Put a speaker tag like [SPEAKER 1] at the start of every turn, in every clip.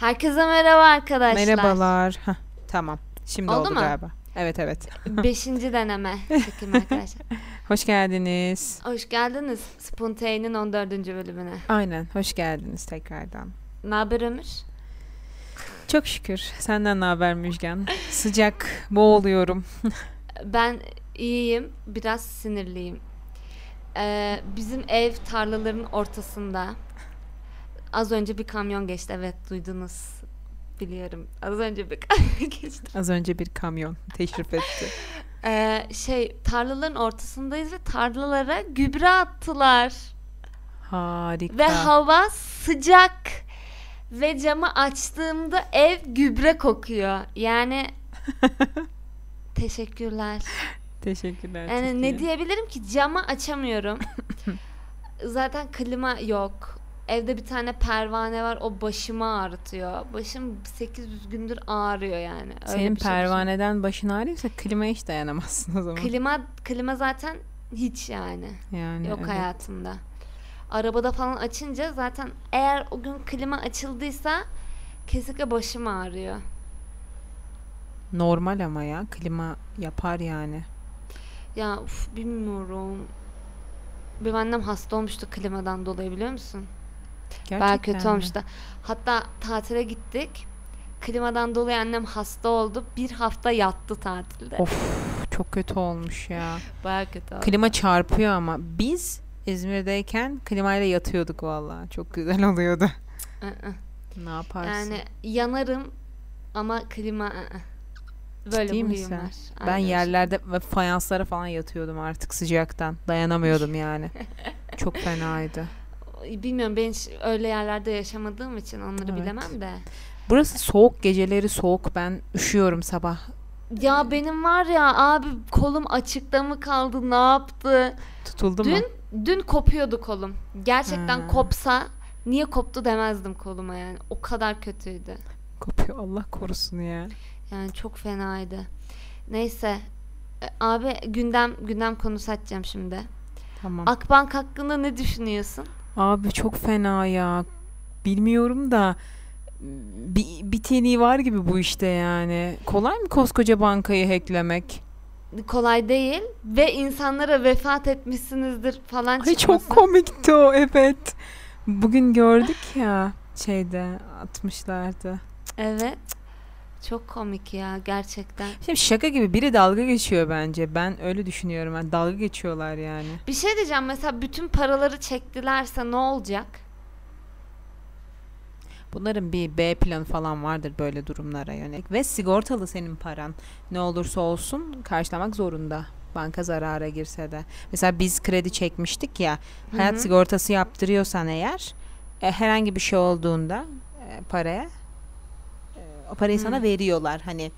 [SPEAKER 1] Herkese merhaba arkadaşlar.
[SPEAKER 2] Merhabalar. Hah, tamam. Şimdi
[SPEAKER 1] Oldu
[SPEAKER 2] oldu,
[SPEAKER 1] mu?
[SPEAKER 2] galiba. Evet evet.
[SPEAKER 1] Beşinci deneme çekim arkadaşlar.
[SPEAKER 2] Hoş geldiniz.
[SPEAKER 1] Hoş geldiniz Spontane'in 14. bölümüne.
[SPEAKER 2] Aynen hoş geldiniz tekrardan.
[SPEAKER 1] Ne haber Ömür?
[SPEAKER 2] Çok şükür. Senden ne haber Müjgan? Sıcak, boğuluyorum.
[SPEAKER 1] Ben iyiyim, biraz sinirliyim. Ee, bizim ev tarlaların ortasında. Az önce bir kamyon geçti, evet duydunuz. Biliyorum, az önce bir kamyon geçti.
[SPEAKER 2] Az önce bir kamyon teşrif etti.
[SPEAKER 1] Ee, şey, tarlaların ortasındayız ve tarlalara gübre attılar.
[SPEAKER 2] Harika.
[SPEAKER 1] Ve hava sıcak. Ve camı açtığımda ev gübre kokuyor. Yani teşekkürler.
[SPEAKER 2] Teşekkürler. çok
[SPEAKER 1] Yani
[SPEAKER 2] iyi.
[SPEAKER 1] ne diyebilirim ki camı açamıyorum. Zaten klima yok. Evde bir tane pervane var. O başımı ağrıtıyor. Başım 800 gündür ağrıyor yani. Öyle
[SPEAKER 2] Senin
[SPEAKER 1] bir şey
[SPEAKER 2] pervaneden başın ağrıyorsa klimaya hiç dayanamazsın o zaman.
[SPEAKER 1] düşün. Klima klima zaten hiç yani.
[SPEAKER 2] yani
[SPEAKER 1] Yok
[SPEAKER 2] evet.
[SPEAKER 1] hayatımda. Arabada falan açınca zaten eğer o gün klima açıldıysa kesinlikle başım ağrıyor.
[SPEAKER 2] Normal ama ya klima yapar yani.
[SPEAKER 1] Ya uf, bilmiyorum. Benim annem hasta olmuştu klimadan dolayı biliyor musun?
[SPEAKER 2] Gerçekten
[SPEAKER 1] Baya kötü
[SPEAKER 2] mi?
[SPEAKER 1] olmuştu. Hatta tatile gittik. Klimadan dolayı annem hasta oldu. Bir hafta yattı tatilde.
[SPEAKER 2] Of çok kötü olmuş ya.
[SPEAKER 1] Baya kötü oldu.
[SPEAKER 2] Klima çarpıyor ama biz İzmir'deyken klimayla yatıyorduk valla. Çok güzel oluyordu.
[SPEAKER 1] Hı hı.
[SPEAKER 2] Ne yaparsın?
[SPEAKER 1] Yani yanarım ama klima ı ı. Böyle
[SPEAKER 2] Ciddi
[SPEAKER 1] huyum
[SPEAKER 2] misin?
[SPEAKER 1] var.
[SPEAKER 2] ben
[SPEAKER 1] Aynen.
[SPEAKER 2] yerlerde ve fayanslara falan yatıyordum artık sıcaktan. Dayanamıyordum yani. Çok fenaydı.
[SPEAKER 1] Bilmiyorum ben hiç öyle yerlerde yaşamadığım için onları
[SPEAKER 2] Evet.
[SPEAKER 1] bilemem de.
[SPEAKER 2] Burası soğuk geceleri soğuk. Ben üşüyorum sabah.
[SPEAKER 1] Ya benim var ya abi kolum açıkta mı kaldı ne yaptı?
[SPEAKER 2] Tutuldu mu?
[SPEAKER 1] Dün dün kopuyordu kolum. Gerçekten
[SPEAKER 2] Ha.
[SPEAKER 1] kopsa niye koptu demezdim koluma yani. O kadar kötüydü.
[SPEAKER 2] Kopuyor Allah korusun ya.
[SPEAKER 1] Yani çok fenaydı. Neyse E, abi gündem gündem konusu açacağım şimdi.
[SPEAKER 2] Tamam.
[SPEAKER 1] Akbank hakkında ne düşünüyorsun?
[SPEAKER 2] Abi çok fena ya. Bilmiyorum da bir, biteni var gibi bu işte yani. Kolay mı koskoca bankayı hacklemek?
[SPEAKER 1] Kolay değil ve insanlara vefat etmişsinizdir falan
[SPEAKER 2] Ay çok
[SPEAKER 1] çıkması.
[SPEAKER 2] komikti o evet. Bugün gördük ya şeyde atmışlardı.
[SPEAKER 1] Evet. Çok komik ya gerçekten.
[SPEAKER 2] Şimdi şaka gibi biri dalga geçiyor bence. Ben öyle düşünüyorum. Yani dalga geçiyorlar yani.
[SPEAKER 1] Bir şey diyeceğim mesela bütün paraları çektilerse ne olacak?
[SPEAKER 2] Bunların bir B planı falan vardır böyle durumlara yönelik. Ve sigortalı senin paran. Ne olursa olsun karşılamak zorunda. Banka zarara girse de. Mesela biz kredi çekmiştik ya.
[SPEAKER 1] Hı
[SPEAKER 2] Hayat
[SPEAKER 1] hı.
[SPEAKER 2] sigortası yaptırıyorsan eğer e, herhangi bir şey olduğunda e, paraya e, o parayı sana
[SPEAKER 1] Hı.
[SPEAKER 2] veriyorlar. Hani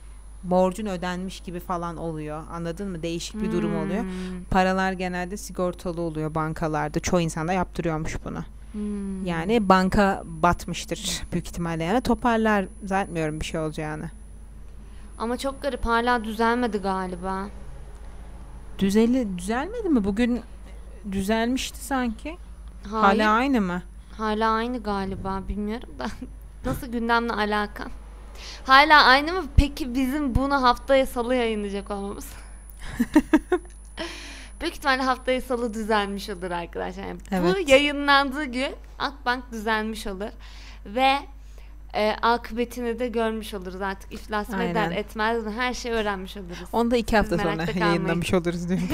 [SPEAKER 2] borcun ödenmiş gibi falan oluyor. Anladın mı? Değişik bir durum oluyor.
[SPEAKER 1] Hmm.
[SPEAKER 2] Paralar genelde sigortalı oluyor bankalarda. Çoğu insan da yaptırıyormuş bunu.
[SPEAKER 1] Hmm.
[SPEAKER 2] Yani banka batmıştır büyük ihtimalle. Yani toparlar zannetmiyorum bir şey olacağını.
[SPEAKER 1] Ama çok garip hala düzelmedi galiba.
[SPEAKER 2] Düzeli düzelmedi mi? Bugün düzelmişti sanki.
[SPEAKER 1] Hayır,
[SPEAKER 2] Hala
[SPEAKER 1] hala
[SPEAKER 2] aynı mı?
[SPEAKER 1] aynı galiba bilmiyorum da nasıl gündemle alakam? Hala aynı mı? Peki bizim bunu haftaya salı yayınlayacak olmamız. Büyük ihtimalle haftaya salı düzelmiş olur arkadaşlar. Yani
[SPEAKER 2] Evet.
[SPEAKER 1] Bu yayınlandığı gün Akbank düzelmiş olur ve e, akıbetini de görmüş oluruz artık. İflas mı eder
[SPEAKER 2] Aynen.
[SPEAKER 1] etmez mi her şeyi öğrenmiş oluruz.
[SPEAKER 2] Onu da iki hafta
[SPEAKER 1] Siz merakta
[SPEAKER 2] sonra
[SPEAKER 1] kalmayın.
[SPEAKER 2] yayınlamış oluruz diyorum.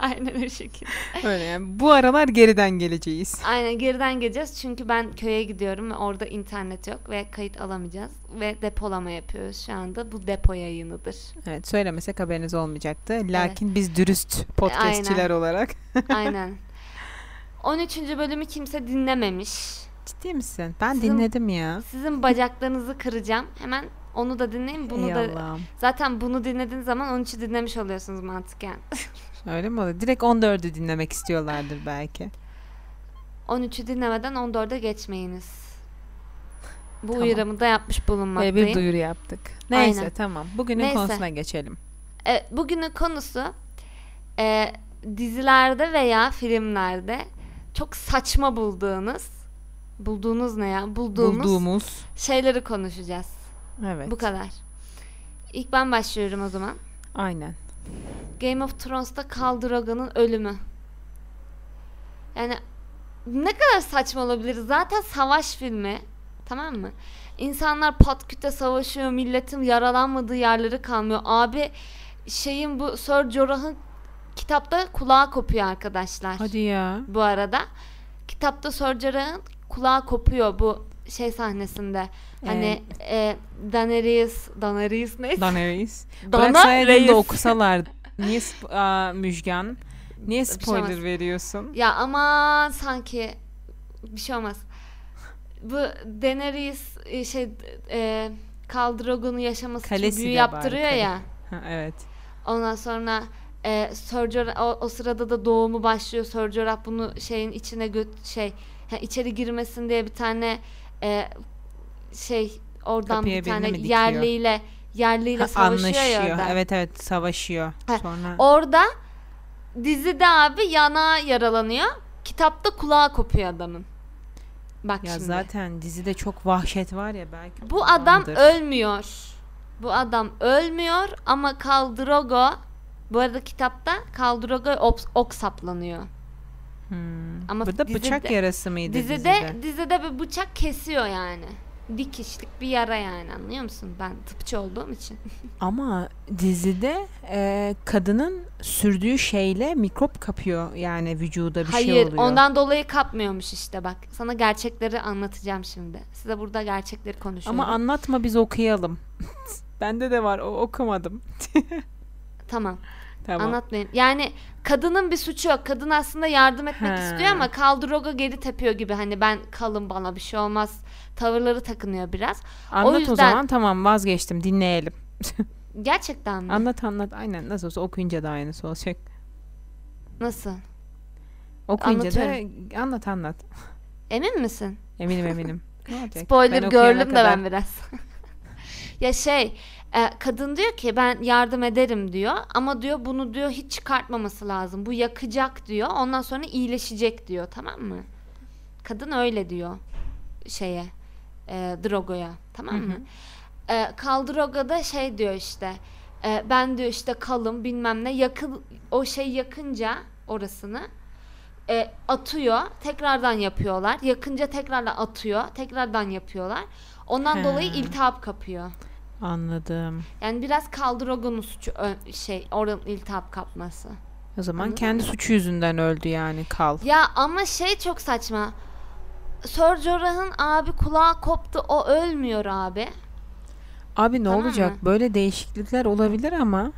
[SPEAKER 1] Aynen o şekilde.
[SPEAKER 2] Öyle yani. Bu aralar geriden geleceğiz.
[SPEAKER 1] Aynen geriden geleceğiz çünkü ben köye gidiyorum ve orada internet yok ve kayıt alamayacağız ve depolama yapıyoruz şu anda. Bu depo yayınıdır.
[SPEAKER 2] Evet söylemesek haberiniz olmayacaktı. Lakin biz dürüst podcastçiler olarak.
[SPEAKER 1] Aynen. 13. bölümü kimse dinlememiş.
[SPEAKER 2] Ciddi misin? Ben
[SPEAKER 1] Sizin-
[SPEAKER 2] dinledim ya.
[SPEAKER 1] Sizin bacaklarınızı kıracağım. Hemen onu da dinleyin. Bunu
[SPEAKER 2] Ey
[SPEAKER 1] da
[SPEAKER 2] Allah'ım.
[SPEAKER 1] zaten bunu dinlediğiniz zaman 13'ü dinlemiş oluyorsunuz mantıken.
[SPEAKER 2] Öyle mi oluyor? Direkt 14'ü dinlemek istiyorlardır belki.
[SPEAKER 1] 13'ü dinlemeden 14'e geçmeyiniz. Bu
[SPEAKER 2] Tamam.
[SPEAKER 1] uyarımı da yapmış
[SPEAKER 2] Böyle
[SPEAKER 1] bulunmaktayım.
[SPEAKER 2] E, bir duyuru yaptık. Neyse
[SPEAKER 1] Aynen.
[SPEAKER 2] tamam. Bugünün
[SPEAKER 1] Neyse.
[SPEAKER 2] konusuna geçelim.
[SPEAKER 1] E, bugünün konusu e, dizilerde veya filmlerde çok saçma bulduğunuz Bulduğunuz ne ya? Bulduğumuz
[SPEAKER 2] Bulduğumuz.
[SPEAKER 1] şeyleri konuşacağız.
[SPEAKER 2] Evet.
[SPEAKER 1] Bu kadar. İlk ben başlıyorum o zaman.
[SPEAKER 2] Aynen.
[SPEAKER 1] Game of Thrones'ta Khal Drogo'nun ölümü. Yani ne kadar saçma olabilir? Zaten savaş filmi. Tamam mı? İnsanlar patküte savaşıyor. Milletin yaralanmadığı yerleri kalmıyor. Abi şeyin bu Sir Jorah'ın kitapta kulağı kopuyor arkadaşlar.
[SPEAKER 2] Hadi ya.
[SPEAKER 1] Bu arada kitapta Sir Jorah'ın kulağı kopuyor bu şey sahnesinde. Hani e, Daenerys, Daenerys neyse.
[SPEAKER 2] Daenerys.
[SPEAKER 1] Dana
[SPEAKER 2] Bıraksaydın
[SPEAKER 1] Reis.
[SPEAKER 2] da okusalar. Niye sp- aa, Müjgan? Niye
[SPEAKER 1] şey
[SPEAKER 2] spoiler
[SPEAKER 1] olmaz.
[SPEAKER 2] veriyorsun?
[SPEAKER 1] Ya aman sanki bir şey olmaz. Bu Daenerys e, şey e, Khal Drogo'nun yaşaması
[SPEAKER 2] Kalesi
[SPEAKER 1] için büyü
[SPEAKER 2] de
[SPEAKER 1] yaptırıyor
[SPEAKER 2] var,
[SPEAKER 1] ya.
[SPEAKER 2] Ha, evet.
[SPEAKER 1] Ondan sonra e, Sir Jorah- o, o sırada da doğumu başlıyor. Sir Jorah bunu şeyin içine göt şey ha, içeri girmesin diye bir tane e, şey oradan
[SPEAKER 2] Kapıya
[SPEAKER 1] bir
[SPEAKER 2] birini mi
[SPEAKER 1] tane
[SPEAKER 2] dikiyor?
[SPEAKER 1] yerliyle yerliyle
[SPEAKER 2] Ha,
[SPEAKER 1] savaşıyor ya
[SPEAKER 2] anlaşıyor.
[SPEAKER 1] orada.
[SPEAKER 2] Evet evet savaşıyor.
[SPEAKER 1] Ha,
[SPEAKER 2] Sonra
[SPEAKER 1] Orada dizide abi yana yaralanıyor. Kitapta kulağı kopuyor adamın. Bak
[SPEAKER 2] ya
[SPEAKER 1] şimdi.
[SPEAKER 2] zaten dizide çok vahşet var ya belki.
[SPEAKER 1] Bu adam
[SPEAKER 2] ondandır.
[SPEAKER 1] ölmüyor. Bu adam ölmüyor ama Khal Drogo bu arada kitapta Khal Drogo ok, ok saplanıyor.
[SPEAKER 2] Hmm.
[SPEAKER 1] Ama
[SPEAKER 2] Burada bıçak
[SPEAKER 1] dizide-
[SPEAKER 2] yarası mıydı
[SPEAKER 1] Dizide,
[SPEAKER 2] dizide?
[SPEAKER 1] dizide bir bıçak kesiyor yani. Dikişlik bir yara yani anlıyor musun? Ben tıpçı olduğum için.
[SPEAKER 2] Ama dizide e, kadının sürdüğü şeyle mikrop kapıyor yani vücuda bir şey
[SPEAKER 1] Hayır,
[SPEAKER 2] oluyor.
[SPEAKER 1] ondan dolayı kapmıyormuş işte bak. Sana gerçekleri anlatacağım şimdi. Size burada gerçekleri konuşuyorum.
[SPEAKER 2] Ama anlatma biz okuyalım. Bende de var o okumadım.
[SPEAKER 1] tamam.
[SPEAKER 2] Tamam.
[SPEAKER 1] Anlatmayın. Yani kadının bir suçu yok. Kadın aslında yardım etmek
[SPEAKER 2] He.
[SPEAKER 1] istiyor ama Kaldrogo geri tepiyor gibi. Hani ben kalın bana bir şey olmaz. Tavırları takınıyor biraz.
[SPEAKER 2] Anlat o,
[SPEAKER 1] yüzden-
[SPEAKER 2] zaman tamam vazgeçtim dinleyelim.
[SPEAKER 1] Gerçekten mi?
[SPEAKER 2] Anlat anlat aynen nasıl olsa okuyunca da aynısı olacak.
[SPEAKER 1] Nasıl?
[SPEAKER 2] Okuyunca da anlat anlat.
[SPEAKER 1] Emin misin?
[SPEAKER 2] Eminim eminim. Ne olacak?
[SPEAKER 1] Spoiler
[SPEAKER 2] Ben okuyana
[SPEAKER 1] gördüm de
[SPEAKER 2] kadar-
[SPEAKER 1] ben biraz. ya şey e, kadın diyor ki ben yardım ederim diyor ama diyor bunu diyor hiç çıkartmaması lazım. Bu yakacak diyor. Ondan sonra iyileşecek diyor tamam mı? Kadın öyle diyor şeye e, Drogo'ya tamam
[SPEAKER 2] Hı hı.
[SPEAKER 1] mı? E, Khal Drogo da şey diyor işte e, ben diyor işte kalım bilmem ne yakın o şey yakınca orasını e, atıyor. Tekrardan yapıyorlar. Yakınca tekrardan atıyor. Tekrardan yapıyorlar. Ondan
[SPEAKER 2] He.
[SPEAKER 1] dolayı iltihap kapıyor.
[SPEAKER 2] Anladım.
[SPEAKER 1] Yani biraz Kaldrogon'un suçu ö- şey oranın iltihap kapması.
[SPEAKER 2] O zaman
[SPEAKER 1] Anladın
[SPEAKER 2] kendi suçu yüzünden öldü yani kal.
[SPEAKER 1] Ya ama şey çok saçma. Sir Jorah'ın abi kulağı koptu. O ölmüyor abi.
[SPEAKER 2] Abi ne
[SPEAKER 1] Tamam
[SPEAKER 2] olacak?
[SPEAKER 1] mı?
[SPEAKER 2] Böyle değişiklikler olabilir ama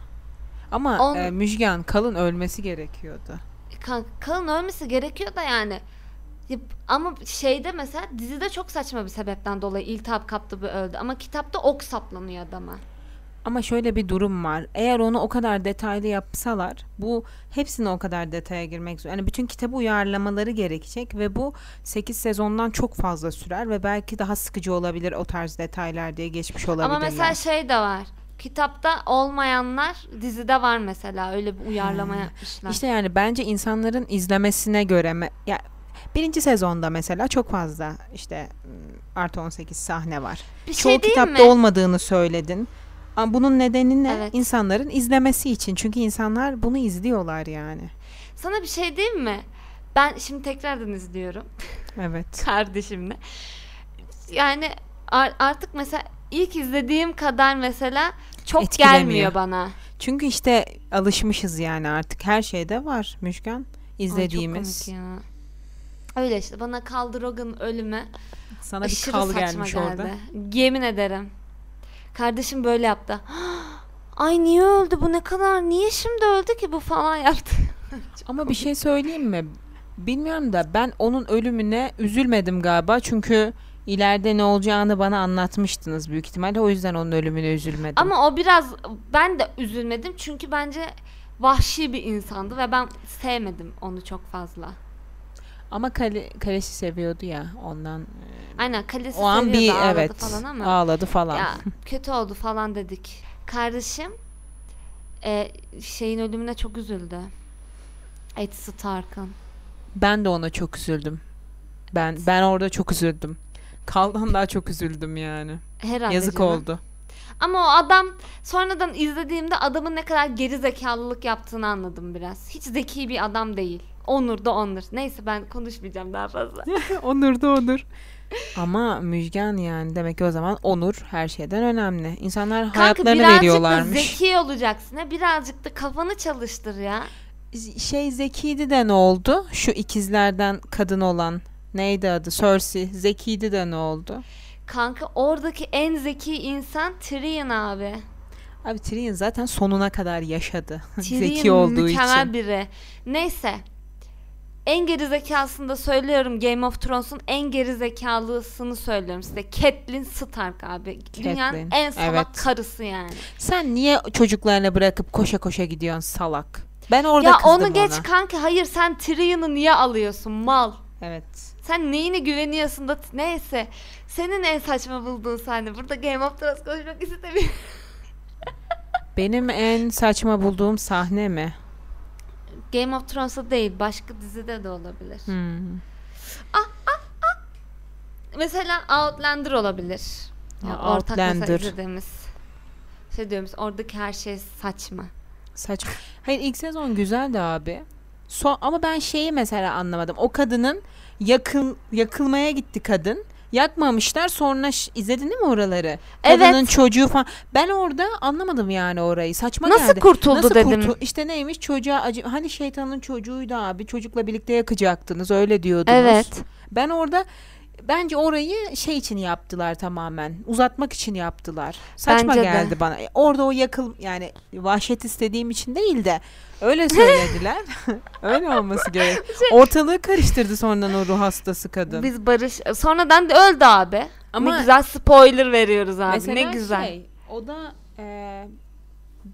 [SPEAKER 2] ama
[SPEAKER 1] On-
[SPEAKER 2] e, Müjgan kalın ölmesi gerekiyordu.
[SPEAKER 1] Kanka, kalın ölmesi gerekiyor da yani. Ya, ama şeyde mesela dizide çok saçma bir sebepten dolayı iltihap kaptı ve öldü. Ama kitapta ok saplanıyor adama.
[SPEAKER 2] Ama şöyle bir durum var. Eğer onu o kadar detaylı yapsalar, bu hepsini o kadar detaya girmek zor. Yani bütün kitabı uyarlamaları gerekecek ve bu 8 sezondan çok fazla sürer ve belki daha sıkıcı olabilir o tarz detaylar diye geçmiş olabilirler.
[SPEAKER 1] Ama mesela şey de var. Kitapta olmayanlar dizide var mesela. Öyle bir uyarlama yapmışlar.
[SPEAKER 2] Hmm. İşte yani bence insanların izlemesine göre me- ya birinci sezonda mesela çok fazla işte m, artı 18 sahne var.
[SPEAKER 1] bir
[SPEAKER 2] Çoğu
[SPEAKER 1] şey diyeyim
[SPEAKER 2] kitapta
[SPEAKER 1] mi?
[SPEAKER 2] olmadığını söyledin. Ama bunun nedeni ne?
[SPEAKER 1] Evet.
[SPEAKER 2] İnsanların izlemesi için. Çünkü insanlar bunu izliyorlar yani.
[SPEAKER 1] Sana bir şey diyeyim mi? Ben şimdi tekrardan izliyorum.
[SPEAKER 2] Evet.
[SPEAKER 1] Kardeşimle. Yani ar- artık mesela ilk izlediğim kadar mesela çok
[SPEAKER 2] Etkilemiyor.
[SPEAKER 1] gelmiyor bana. Ay,
[SPEAKER 2] Çünkü işte alışmışız yani artık her şeyde var Müşkan
[SPEAKER 1] çok
[SPEAKER 2] izlediğimiz.
[SPEAKER 1] komik ya. Öyle işte bana Kaldrogan ölümü
[SPEAKER 2] Sana bir
[SPEAKER 1] Aşırı
[SPEAKER 2] kal
[SPEAKER 1] saçma
[SPEAKER 2] gelmiş
[SPEAKER 1] geldi.
[SPEAKER 2] orada.
[SPEAKER 1] Yemin ederim. Kardeşim böyle yaptı. Ay niye öldü bu ne kadar? Niye şimdi öldü ki bu falan yaptı.
[SPEAKER 2] Ama bir şey söyleyeyim mi? Bilmiyorum da ben onun ölümüne üzülmedim galiba. Çünkü ileride ne olacağını bana anlatmıştınız büyük ihtimalle. O yüzden onun ölümüne üzülmedim.
[SPEAKER 1] Ama o biraz ben de üzülmedim çünkü bence vahşi bir insandı ve ben sevmedim onu çok fazla.
[SPEAKER 2] Ama kale, kalesi seviyordu ya ondan.
[SPEAKER 1] Aynen kalesi
[SPEAKER 2] o an bir
[SPEAKER 1] ağladı
[SPEAKER 2] evet
[SPEAKER 1] falan ama
[SPEAKER 2] ağladı falan.
[SPEAKER 1] ya kötü oldu falan dedik. Kardeşim e, şeyin ölümüne çok üzüldü. Ed Stark'ın.
[SPEAKER 2] Ben de ona çok üzüldüm. Ben ben orada çok üzüldüm. Kaldan daha çok üzüldüm yani.
[SPEAKER 1] Herhalde
[SPEAKER 2] Yazık
[SPEAKER 1] canım.
[SPEAKER 2] oldu.
[SPEAKER 1] Ama o adam sonradan izlediğimde adamın ne kadar geri zekalılık yaptığını anladım biraz. Hiç zeki bir adam değil. Onur da onur. Neyse ben konuşmayacağım daha fazla.
[SPEAKER 2] Onur da onur. Ama Müjgan yani demek ki o zaman onur her şeyden önemli. İnsanlar
[SPEAKER 1] Kanka
[SPEAKER 2] hayatlarını
[SPEAKER 1] birazcık da
[SPEAKER 2] veriyorlarmış.
[SPEAKER 1] zeki olacaksın. ha. Birazcık da kafanı çalıştır ya.
[SPEAKER 2] Z- şey zekiydi de ne oldu? Şu ikizlerden kadın olan neydi adı? Cersei. Zekiydi de ne oldu?
[SPEAKER 1] Kanka oradaki en zeki insan Tyrion abi.
[SPEAKER 2] Abi Tyrion zaten sonuna kadar yaşadı.
[SPEAKER 1] Tyrion
[SPEAKER 2] Zeki olduğu
[SPEAKER 1] mükemmel
[SPEAKER 2] için.
[SPEAKER 1] biri. Neyse. En geri zekasını da söylüyorum Game of Thrones'un en geri zekalısını söylüyorum size. Catelyn Stark abi. Dünyanın
[SPEAKER 2] Catelyn,
[SPEAKER 1] en salak
[SPEAKER 2] evet.
[SPEAKER 1] karısı yani.
[SPEAKER 2] Sen niye çocuklarını bırakıp koşa koşa gidiyorsun salak? Ben orada
[SPEAKER 1] ya
[SPEAKER 2] kızdım
[SPEAKER 1] onu geç
[SPEAKER 2] ona.
[SPEAKER 1] kanka. Hayır sen Tyrion'u niye alıyorsun mal?
[SPEAKER 2] Evet.
[SPEAKER 1] Sen neyine güveniyorsun da neyse. Senin en saçma bulduğun sahne. Burada Game of Thrones konuşmak istemiyorum.
[SPEAKER 2] Benim en saçma bulduğum sahne mi?
[SPEAKER 1] Game of Thrones'ta değil başka dizide de olabilir.
[SPEAKER 2] Hmm.
[SPEAKER 1] Mesela Outlander olabilir. Ya
[SPEAKER 2] Aa,
[SPEAKER 1] ortak mesela
[SPEAKER 2] Outlander.
[SPEAKER 1] izlediğimiz. Şey diyoruz oradaki her şey saçma.
[SPEAKER 2] Saçma. Hayır ilk sezon güzeldi abi. Son ama ben şeyi mesela anlamadım. O kadının yakıl yakılmaya gitti kadın. Yakmamışlar sonra ş- izledin değil mi oraları?
[SPEAKER 1] Evet.
[SPEAKER 2] Kadının çocuğu falan. Ben orada anlamadım yani orayı. Saçma
[SPEAKER 1] Nasıl
[SPEAKER 2] geldi.
[SPEAKER 1] kurtuldu
[SPEAKER 2] Nasıl
[SPEAKER 1] dedim.
[SPEAKER 2] kurtul- İşte neymiş çocuğa acı. Hani şeytanın çocuğuydu abi. Çocukla birlikte yakacaktınız öyle diyordunuz.
[SPEAKER 1] Evet.
[SPEAKER 2] Ben orada bence orayı şey için yaptılar tamamen. Uzatmak için yaptılar. Saçma
[SPEAKER 1] Bence de.
[SPEAKER 2] geldi bana. E, Orada o yakıl yani vahşet istediğim için değil de öyle söylediler. öyle olması gerek. Ortalığı karıştırdı sonradan o ruh hastası kadın.
[SPEAKER 1] Şey- Biz barış sonradan da öldü abi. Ama
[SPEAKER 2] Ama-
[SPEAKER 1] ne güzel spoiler veriyoruz abi.
[SPEAKER 2] Mesela
[SPEAKER 1] ne güzel.
[SPEAKER 2] şey, o da e,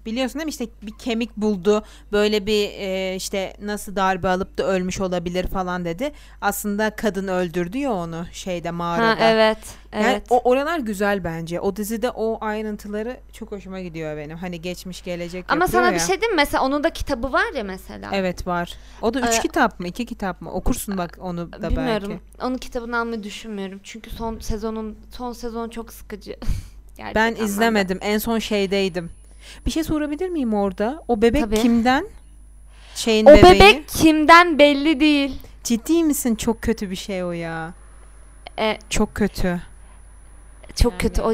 [SPEAKER 2] biliyorsun değil mi işte bir kemik buldu. Böyle bir e, işte nasıl darbe alıp da ölmüş olabilir falan dedi. Aslında kadın öldürdü ya onu şeyde mağarada.
[SPEAKER 1] ha evet. Evet.
[SPEAKER 2] Yani o oralar güzel bence. O dizide o ayrıntıları çok hoşuma gidiyor benim. Hani geçmiş gelecek
[SPEAKER 1] Ama
[SPEAKER 2] yapıyor
[SPEAKER 1] sana
[SPEAKER 2] ya.
[SPEAKER 1] bir şey diyeyim mi? Mesela onun da kitabı var ya mesela.
[SPEAKER 2] Evet var. O da üç
[SPEAKER 1] Ee,
[SPEAKER 2] kitap mı iki kitap mı? Okursun bak onu da
[SPEAKER 1] Bilmiyorum.
[SPEAKER 2] belki.
[SPEAKER 1] Onun kitabını almayı düşünmüyorum. Çünkü son sezonun son sezon çok sıkıcı. Gerçek
[SPEAKER 2] Ben
[SPEAKER 1] anlamda.
[SPEAKER 2] izlemedim. En son şeydeydim. Bir şey sorabilir miyim orada? O bebek
[SPEAKER 1] Tabii.
[SPEAKER 2] kimden? Şeyin
[SPEAKER 1] O
[SPEAKER 2] bebeği.
[SPEAKER 1] bebek kimden belli değil.
[SPEAKER 2] Ciddi misin? Çok kötü bir şey o ya.
[SPEAKER 1] E,
[SPEAKER 2] Çok kötü.
[SPEAKER 1] çok
[SPEAKER 2] Yani.
[SPEAKER 1] kötü. O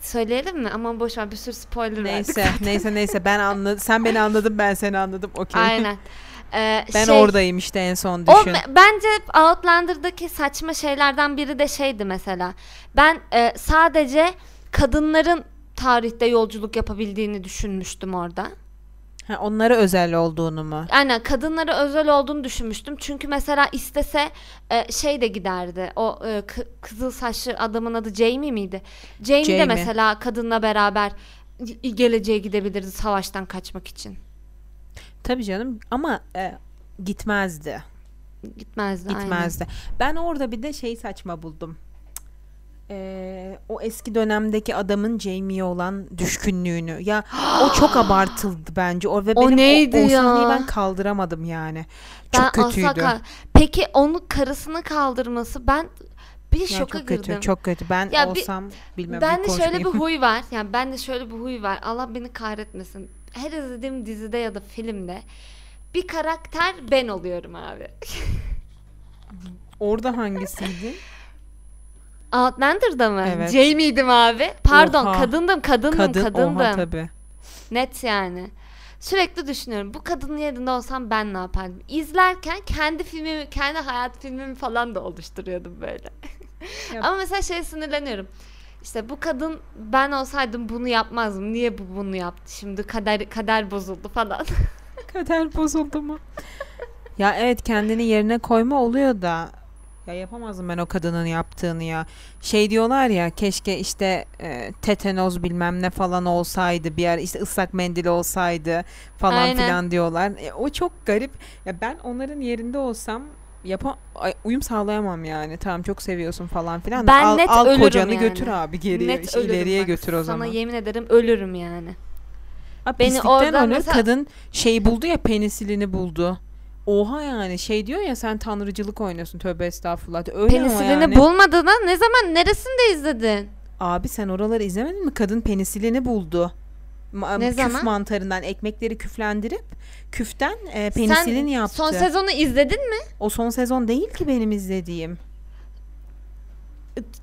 [SPEAKER 1] söyleyelim mi? Aman boş ver bir sürü spoiler verdik.
[SPEAKER 2] Neyse, neyse, neyse. Ben anladım. Sen beni anladın, ben seni anladım. Okey.
[SPEAKER 1] Aynen. Ee,
[SPEAKER 2] Ben
[SPEAKER 1] şey,
[SPEAKER 2] oradayım işte en son
[SPEAKER 1] O
[SPEAKER 2] düşün.
[SPEAKER 1] me- bence Outlander'daki saçma şeylerden biri de şeydi mesela. Ben e, sadece kadınların tarihte yolculuk yapabildiğini düşünmüştüm orada.
[SPEAKER 2] Ha, onlara özel olduğunu mu?
[SPEAKER 1] Aynen kadınlara özel olduğunu düşünmüştüm. Çünkü mesela istese e, şey de giderdi. O e, kı- kızıl saçlı adamın adı Jamie miydi? Jamie, de
[SPEAKER 2] Jaime.
[SPEAKER 1] mesela kadınla beraber i- geleceğe gidebilirdi savaştan kaçmak için.
[SPEAKER 2] Tabii canım ama e, gitmezdi.
[SPEAKER 1] Gitmezdi. aynen.
[SPEAKER 2] Gitmezdi. Ben orada bir de şey saçma buldum. E, o eski dönemdeki adamın Jamie'ye olan düşkünlüğünü. Ya o çok abartıldı bence. O ve
[SPEAKER 1] O
[SPEAKER 2] benim
[SPEAKER 1] neydi
[SPEAKER 2] o,
[SPEAKER 1] ya?
[SPEAKER 2] sahneyi ben kaldıramadım yani. Çok
[SPEAKER 1] Ben asla
[SPEAKER 2] kötüydü.
[SPEAKER 1] kal- Peki onu karısını kaldırması ben bir
[SPEAKER 2] Ya
[SPEAKER 1] şoka
[SPEAKER 2] çok
[SPEAKER 1] girdim.
[SPEAKER 2] kötü, çok kötü. Ben
[SPEAKER 1] Ya bir-
[SPEAKER 2] olsam bilmem
[SPEAKER 1] ben de
[SPEAKER 2] bir
[SPEAKER 1] şöyle bir
[SPEAKER 2] konuşmayayım.
[SPEAKER 1] huy var. Yani ben de şöyle bir huy var. Allah beni kahretmesin. Her izlediğim dizide ya da filmde bir karakter ben oluyorum abi.
[SPEAKER 2] Orada hangisiydi?
[SPEAKER 1] Outlander'da mı?
[SPEAKER 2] Evet.
[SPEAKER 1] Jamie'ydim abi. Pardon
[SPEAKER 2] Oha.
[SPEAKER 1] kadındım kadındım
[SPEAKER 2] Kadın,
[SPEAKER 1] kadındım.
[SPEAKER 2] oha tabii.
[SPEAKER 1] Net yani. Sürekli düşünüyorum. Bu kadının yerinde olsam ben ne yapardım? İzlerken kendi filmimi, kendi hayat filmimi falan da oluşturuyordum böyle.
[SPEAKER 2] Ya-
[SPEAKER 1] Ama mesela şey sinirleniyorum. İşte bu kadın ben olsaydım bunu yapmazdım. Niye bu bunu yaptı? Şimdi kader kader bozuldu falan.
[SPEAKER 2] Kader bozuldu mu? ya evet kendini yerine koyma oluyor da ya yapamazdım ben o kadının yaptığını ya. Şey diyorlar ya keşke işte e, tetanoz bilmem ne falan olsaydı bir yer işte ıslak mendil olsaydı falan
[SPEAKER 1] Aynen.
[SPEAKER 2] filan diyorlar. E, o çok garip. Ya ben onların yerinde olsam yapa ay, uyum sağlayamam yani. Tamam çok seviyorsun falan filan. da
[SPEAKER 1] Ben
[SPEAKER 2] al,
[SPEAKER 1] net
[SPEAKER 2] al
[SPEAKER 1] ölürüm
[SPEAKER 2] kocanı
[SPEAKER 1] yani.
[SPEAKER 2] götür abi geriye
[SPEAKER 1] Net
[SPEAKER 2] işte
[SPEAKER 1] ölürüm
[SPEAKER 2] ileriye
[SPEAKER 1] bak.
[SPEAKER 2] götür o
[SPEAKER 1] Sana
[SPEAKER 2] zaman.
[SPEAKER 1] yemin ederim ölürüm yani.
[SPEAKER 2] Abi
[SPEAKER 1] Beni
[SPEAKER 2] pislikten
[SPEAKER 1] oradan
[SPEAKER 2] ölür.
[SPEAKER 1] mesela-
[SPEAKER 2] Kadın şey buldu ya penisilini buldu. Oha yani şey diyor ya sen tanrıcılık oynuyorsun tövbe estağfurullah. Öyle ama
[SPEAKER 1] Penisilini
[SPEAKER 2] yani.
[SPEAKER 1] bulmadığına ne zaman neresinde izledin?
[SPEAKER 2] Abi sen oraları izlemedin mi? Kadın penisilini buldu. Ma-
[SPEAKER 1] Ne
[SPEAKER 2] küf
[SPEAKER 1] zaman?
[SPEAKER 2] mantarından ekmekleri küflendirip küften e, penisilin
[SPEAKER 1] Sen
[SPEAKER 2] yaptı.
[SPEAKER 1] son sezonu izledin mi?
[SPEAKER 2] o son sezon değil ki benim izlediğim.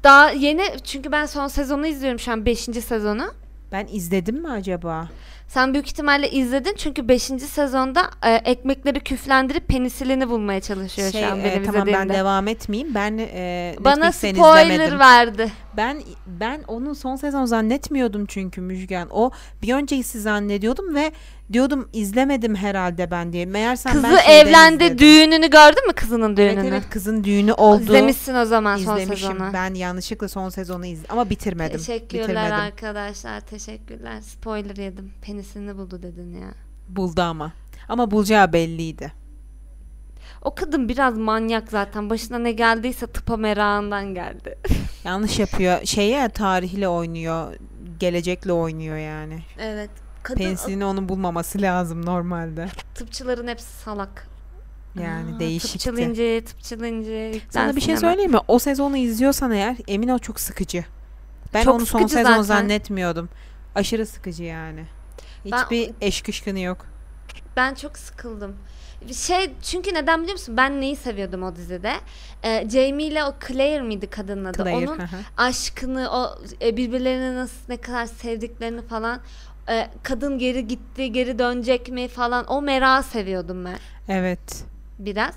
[SPEAKER 1] Daha yeni çünkü ben son sezonu izliyorum şu an 5. sezonu.
[SPEAKER 2] Ben izledim mi acaba?
[SPEAKER 1] Sen büyük ihtimalle izledin çünkü 5. sezonda e, ekmekleri küflendirip penisilini bulmaya çalışıyor
[SPEAKER 2] Şey,
[SPEAKER 1] şu an
[SPEAKER 2] e,
[SPEAKER 1] benim
[SPEAKER 2] tamam ben
[SPEAKER 1] izlediğimde.
[SPEAKER 2] devam etmeyeyim. Ben e,
[SPEAKER 1] Bana
[SPEAKER 2] Netflix'ten
[SPEAKER 1] spoiler
[SPEAKER 2] izlemedim.
[SPEAKER 1] verdi.
[SPEAKER 2] Ben ben onun son sezon zannetmiyordum çünkü Müjgan. O bir öncesi zannediyordum ve diyordum izlemedim herhalde ben diye. Meğersem ben
[SPEAKER 1] Kızı
[SPEAKER 2] şeyden
[SPEAKER 1] evlendi
[SPEAKER 2] izledim.
[SPEAKER 1] düğününü gördün mü kızının düğününü?
[SPEAKER 2] Evet, evet, kızın düğünü oldu.
[SPEAKER 1] İzlemişsin o zaman son
[SPEAKER 2] İzlemişim.
[SPEAKER 1] sezonu.
[SPEAKER 2] Ben yanlışlıkla son sezonu izledim ama bitirmedim.
[SPEAKER 1] Teşekkürler
[SPEAKER 2] bitirmedim.
[SPEAKER 1] arkadaşlar. Teşekkürler. Spoiler yedim. Penisini buldu dedin ya.
[SPEAKER 2] Buldu ama. Ama bulacağı belliydi.
[SPEAKER 1] O kadın biraz manyak zaten. Başına ne geldiyse tıpa merakından geldi.
[SPEAKER 2] Yanlış yapıyor. Şeye tarihle oynuyor. Gelecekle oynuyor yani.
[SPEAKER 1] Evet. Kadın
[SPEAKER 2] Pensilini onun bulmaması lazım normalde.
[SPEAKER 1] tıpçıların hepsi salak.
[SPEAKER 2] Yani
[SPEAKER 1] Aa,
[SPEAKER 2] değişikti.
[SPEAKER 1] Tıpçıl inci, tıpçıl inci.
[SPEAKER 2] Sana bir şey
[SPEAKER 1] yüklensin hemen.
[SPEAKER 2] söyleyeyim mi? O sezonu izliyorsan eğer emin ol çok sıkıcı. Ben
[SPEAKER 1] Çok
[SPEAKER 2] onu son
[SPEAKER 1] sıkıcı
[SPEAKER 2] sezon
[SPEAKER 1] zaten.
[SPEAKER 2] zannetmiyordum. Aşırı sıkıcı yani.
[SPEAKER 1] Ben-
[SPEAKER 2] Hiçbir eşkışkını yok.
[SPEAKER 1] Ben çok sıkıldım. Şey çünkü neden biliyor musun? Ben neyi seviyordum o dizide? Ee, Jamie ile o Claire miydi kadının adı?
[SPEAKER 2] Claire,
[SPEAKER 1] Onun
[SPEAKER 2] hı hı.
[SPEAKER 1] aşkını, o e, birbirlerini nasıl ne kadar sevdiklerini falan e, kadın geri gitti, geri dönecek mi falan o merak seviyordum ben
[SPEAKER 2] Evet.
[SPEAKER 1] biraz.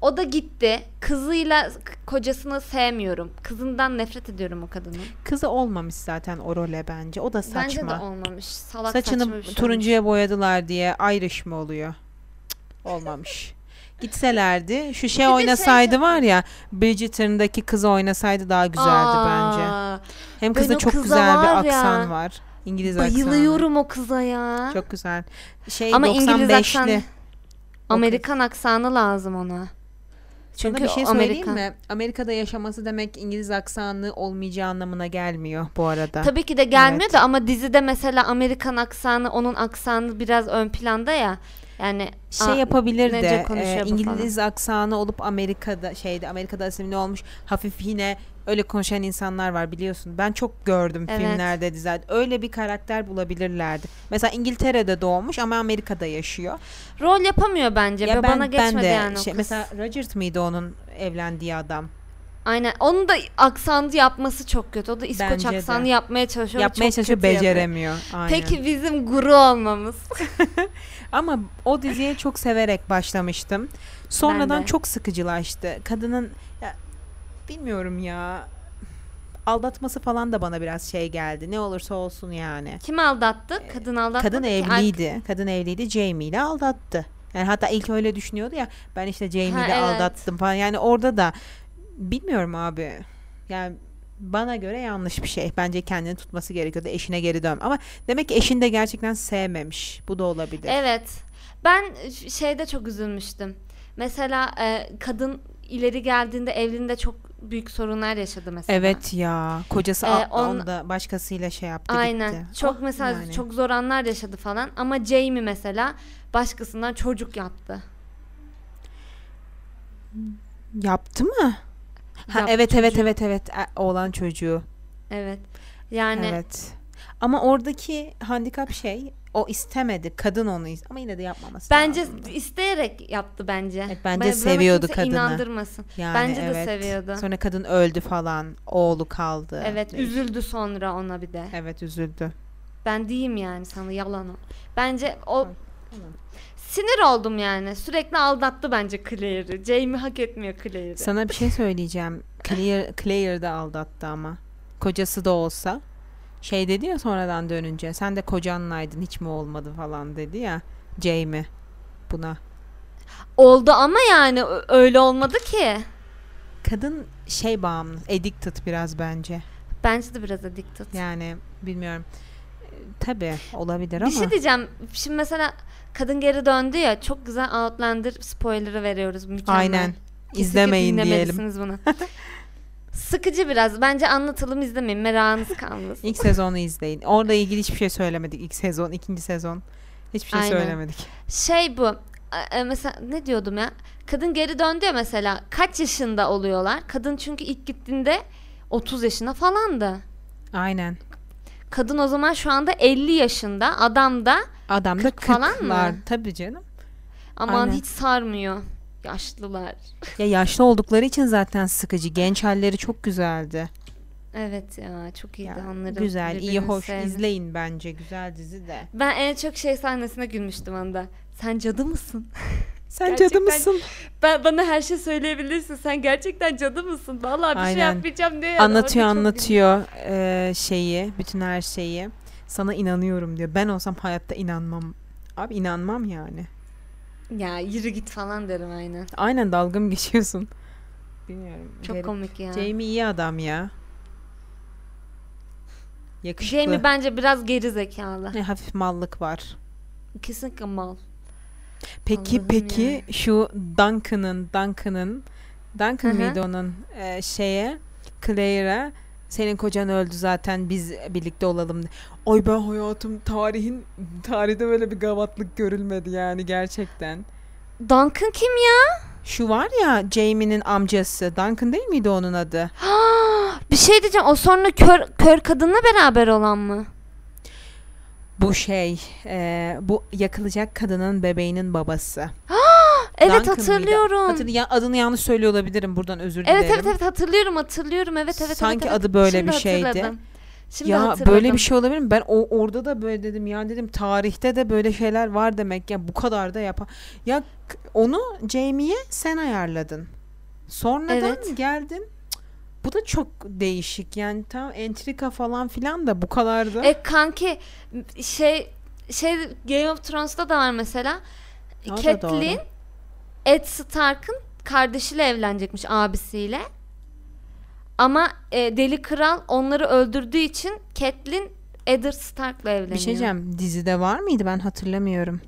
[SPEAKER 1] O da gitti. Kızıyla k- kocasını sevmiyorum. Kızından nefret ediyorum o kadının.
[SPEAKER 2] Kızı olmamış zaten o role bence. O da saçma.
[SPEAKER 1] Bence de olmamış. Salak saçma
[SPEAKER 2] Saçını
[SPEAKER 1] bir şey olmuş.
[SPEAKER 2] turuncuya boyadılar diye ayrışma oluyor. Cık, Olmamış. Gitselerdi şu
[SPEAKER 1] de
[SPEAKER 2] şey
[SPEAKER 1] şey
[SPEAKER 2] oynasaydı
[SPEAKER 1] çok-
[SPEAKER 2] var ya Bridgerton'daki kızı oynasaydı daha güzeldi bence.
[SPEAKER 1] Aa,
[SPEAKER 2] Hem
[SPEAKER 1] ben o
[SPEAKER 2] kızda çok
[SPEAKER 1] kıza
[SPEAKER 2] güzel bir
[SPEAKER 1] var ya,
[SPEAKER 2] aksan var. İngiliz aksanı.
[SPEAKER 1] Bayılıyorum o kıza ya.
[SPEAKER 2] Çok güzel. Şey
[SPEAKER 1] Ama İngiliz
[SPEAKER 2] 95'li.
[SPEAKER 1] aksanı. Amerikan aksanı lazım ona.
[SPEAKER 2] Çünkü
[SPEAKER 1] Çünkü
[SPEAKER 2] bir şey
[SPEAKER 1] o
[SPEAKER 2] söyleyeyim
[SPEAKER 1] Amerikan.
[SPEAKER 2] mi? Amerika'da yaşaması demek İngiliz aksanlı olmayacağı anlamına gelmiyor bu arada.
[SPEAKER 1] Tabii ki de gelmiyor da ama dizide mesela Amerikan aksanı onun aksanı biraz ön planda ya. Yani
[SPEAKER 2] şey
[SPEAKER 1] aa,
[SPEAKER 2] yapabilir
[SPEAKER 1] nece
[SPEAKER 2] de
[SPEAKER 1] konuşuyor
[SPEAKER 2] e,
[SPEAKER 1] bu
[SPEAKER 2] İngiliz aksanı olup Amerika'da şeyde Amerika'da asimile olmuş hafif yine öyle konuşan insanlar var biliyorsun. Ben çok gördüm
[SPEAKER 1] Evet.
[SPEAKER 2] filmlerde dizilerde. Öyle bir karakter bulabilirlerdi. Mesela İngiltere'de doğmuş ama Amerika'da yaşıyor.
[SPEAKER 1] rol yapamıyor bence.
[SPEAKER 2] Ya
[SPEAKER 1] ve
[SPEAKER 2] ben
[SPEAKER 1] bana geçmedi
[SPEAKER 2] ben de
[SPEAKER 1] yani o
[SPEAKER 2] şey,
[SPEAKER 1] kız.
[SPEAKER 2] mesela Roger mıydı onun evlendiği adam?
[SPEAKER 1] Aynen. Onun da aksanı yapması çok kötü. O da İskoç
[SPEAKER 2] Bence de.
[SPEAKER 1] aksanı yapmaya çalışıyor. ve
[SPEAKER 2] Yapmaya
[SPEAKER 1] çok
[SPEAKER 2] çalışıyor
[SPEAKER 1] kötü yapıyor.
[SPEAKER 2] beceremiyor. Aynen.
[SPEAKER 1] Peki bizim guru olmamız.
[SPEAKER 2] Ama o diziye çok severek başlamıştım.
[SPEAKER 1] Ben
[SPEAKER 2] Sonradan
[SPEAKER 1] de.
[SPEAKER 2] çok sıkıcılaştı. Kadının ya, bilmiyorum ya aldatması falan da bana biraz şey geldi. Ne olursa olsun yani.
[SPEAKER 1] Kim aldattı? Kadın aldattı.
[SPEAKER 2] Ee, Kadın
[SPEAKER 1] ki
[SPEAKER 2] evliydi. Kadın evliydi. Jamie ile aldattı. Yani hatta ilk öyle düşünüyordu ya ben işte Jamie
[SPEAKER 1] Ha,
[SPEAKER 2] ile
[SPEAKER 1] evet.
[SPEAKER 2] aldattım falan. Yani orada da bilmiyorum abi. Yani bana göre yanlış bir şey. Bence kendini tutması gerekiyordu. Eşine geri dön. Ama demek ki eşini de gerçekten sevmemiş. Bu da olabilir.
[SPEAKER 1] Evet. Ben şeyde çok üzülmüştüm. Mesela e, kadın ileri geldiğinde evliliğinde çok büyük sorunlar yaşadı mesela.
[SPEAKER 2] Evet ya. Kocası
[SPEAKER 1] Ee,
[SPEAKER 2] a-
[SPEAKER 1] on-
[SPEAKER 2] onda başkasıyla şey yaptı
[SPEAKER 1] Aynen.
[SPEAKER 2] gitti.
[SPEAKER 1] Çok
[SPEAKER 2] Ah,
[SPEAKER 1] mesela
[SPEAKER 2] yani.
[SPEAKER 1] çok zor anlar yaşadı falan ama Jamie mesela başkasından çocuk yaptı.
[SPEAKER 2] yaptı mı? Ha,
[SPEAKER 1] Yaptı
[SPEAKER 2] evet evet
[SPEAKER 1] çocuğu.
[SPEAKER 2] evet evet E, oğlan çocuğu.
[SPEAKER 1] Evet. Yani
[SPEAKER 2] Evet. Ama oradaki handikap şey o istemedi. Kadın onu is- ama yine de yapmaması
[SPEAKER 1] bence
[SPEAKER 2] lazımdı.
[SPEAKER 1] isteyerek yaptı bence.
[SPEAKER 2] Evet, bence
[SPEAKER 1] Bana
[SPEAKER 2] seviyordu
[SPEAKER 1] kimse
[SPEAKER 2] kadını.
[SPEAKER 1] inandırmasın.
[SPEAKER 2] Yani
[SPEAKER 1] bence de
[SPEAKER 2] evet.
[SPEAKER 1] seviyordu.
[SPEAKER 2] Sonra kadın öldü falan. Oğlu kaldı.
[SPEAKER 1] Evet,
[SPEAKER 2] Neyse.
[SPEAKER 1] üzüldü sonra ona bir de.
[SPEAKER 2] Evet üzüldü.
[SPEAKER 1] Ben diyeyim yani sana yalan o. Bence o
[SPEAKER 2] Tamam, tamam.
[SPEAKER 1] sinir oldum yani. Sürekli aldattı bence Claire'i. Jamie hak etmiyor Claire'i.
[SPEAKER 2] Sana bir şey söyleyeceğim. Claire, Claire de aldattı ama. Kocası da olsa. Şey dedi ya sonradan dönünce. Sen de kocanlaydın hiç mi olmadı falan dedi ya. Jamie buna.
[SPEAKER 1] Oldu ama yani ö- öyle olmadı ki.
[SPEAKER 2] Kadın şey bağımlı. Addicted biraz bence.
[SPEAKER 1] Bence de biraz addicted.
[SPEAKER 2] Yani bilmiyorum. E, Tabii olabilir
[SPEAKER 1] Bir
[SPEAKER 2] ama.
[SPEAKER 1] şey diyeceğim. Şimdi mesela kadın geri döndü ya. Çok güzel Outlander spoiler'ı veriyoruz. Mükemmel.
[SPEAKER 2] Aynen.
[SPEAKER 1] Kesinlikle
[SPEAKER 2] İzlemeyin diyelim.
[SPEAKER 1] dinlemelisiniz bunu. Sıkıcı biraz. Bence anlatalım izlemeyin. Merakınız kalmasın.
[SPEAKER 2] İlk sezonu izleyin. Orada ilgili hiçbir şey söylemedik ilk sezon, ikinci sezon. Hiçbir şey
[SPEAKER 1] Aynen.
[SPEAKER 2] söylemedik.
[SPEAKER 1] Şey bu. e, mesela ne diyordum ya? Kadın geri döndü ya mesela. Kaç yaşında oluyorlar? Kadın çünkü ilk gittiğinde 30 yaşında falandı.
[SPEAKER 2] Aynen.
[SPEAKER 1] Kadın o zaman şu anda 50 yaşında. Adam da
[SPEAKER 2] Adam da
[SPEAKER 1] Kırk falan mı?
[SPEAKER 2] kırklar. Tabii canım.
[SPEAKER 1] aman
[SPEAKER 2] Aynen.
[SPEAKER 1] hiç sarmıyor. Yaşlılar.
[SPEAKER 2] Ya yaşlı oldukları için zaten sıkıcı. Genç halleri çok güzeldi.
[SPEAKER 1] Evet ya çok iyiydi
[SPEAKER 2] Ya,
[SPEAKER 1] onların.
[SPEAKER 2] güzel, iyi,
[SPEAKER 1] birbirini
[SPEAKER 2] hoş.
[SPEAKER 1] sevmesi.
[SPEAKER 2] izleyin bence. Güzel dizi de.
[SPEAKER 1] Ben en çok şey sahnesine gülmüştüm anda. Sen cadı mısın?
[SPEAKER 2] Sen
[SPEAKER 1] Gerçekten
[SPEAKER 2] cadı mısın?
[SPEAKER 1] Ben bana her şey söyleyebilirsin. Sen gerçekten cadı mısın? Vallahi bir şey
[SPEAKER 2] Aynen.
[SPEAKER 1] yapmayacağım diye.
[SPEAKER 2] Anlatıyor
[SPEAKER 1] Orada çok
[SPEAKER 2] anlatıyor eee, şeyi, bütün her şeyi. Sana inanıyorum diyor. Ben olsam hayatta inanmam. Abi inanmam yani.
[SPEAKER 1] gülüyorum. Ya yürü git falan derim aynen.
[SPEAKER 2] Aynen dalgım geçiyorsun. Bilmiyorum.
[SPEAKER 1] Çok
[SPEAKER 2] Garip.
[SPEAKER 1] komik ya. Jamie,
[SPEAKER 2] Jamie iyi adam ya. Yakışıklı.
[SPEAKER 1] bence biraz geri zekalı.
[SPEAKER 2] E, hafif mallık var.
[SPEAKER 1] Kesinlikle mal.
[SPEAKER 2] Peki
[SPEAKER 1] Allah'ım
[SPEAKER 2] peki şu Duncan'ın Duncan'ın Duncan
[SPEAKER 1] Hı hı.
[SPEAKER 2] mıydı onun e, şeye Claire'a senin kocan öldü zaten biz birlikte olalım. Ay ben hayatım tarihin tarihte böyle bir gavatlık görülmedi yani gerçekten.
[SPEAKER 1] Duncan kim ya?
[SPEAKER 2] Şu var ya Jamie'nin amcası Duncan değil miydi onun adı?
[SPEAKER 1] bir şey diyeceğim. O sonra kör kör kadınla beraber olan mı?
[SPEAKER 2] Bu şey e, bu yakılacak kadının bebeğinin babası.
[SPEAKER 1] Evet
[SPEAKER 2] Duncan mıydı?
[SPEAKER 1] hatırlıyorum.
[SPEAKER 2] Hatır- ya- adını yanlış söylüyor olabilirim buradan özür dilerim.
[SPEAKER 1] evet evet evet hatırlıyorum hatırlıyorum. Evet evet
[SPEAKER 2] Sanki
[SPEAKER 1] evet, evet.
[SPEAKER 2] adı böyle
[SPEAKER 1] Şimdi
[SPEAKER 2] bir şeydi.
[SPEAKER 1] hatırladım. Şimdi
[SPEAKER 2] ya
[SPEAKER 1] hatırladım.
[SPEAKER 2] böyle bir şey olabilir mi? Ben o orada da böyle dedim ya dedim tarihte de böyle şeyler var demek ya bu kadar da yapa. Ya k- onu Jamie'ye sen ayarladın. Sonradan
[SPEAKER 1] Evet.
[SPEAKER 2] geldin. Cık, Bu da çok değişik yani tam entrika falan filan da bu kadar da.
[SPEAKER 1] E kanki şey şey Game of Thrones'ta da var mesela.
[SPEAKER 2] O da
[SPEAKER 1] Catelyn Ed Stark'ın kardeşiyle evlenecekmiş abisiyle. Ama e, Deli Kral onları öldürdüğü için Catelyn Eddard Stark'la evleniyor.
[SPEAKER 2] bir şey diyeceğim dizide var mıydı ben hatırlamıyorum.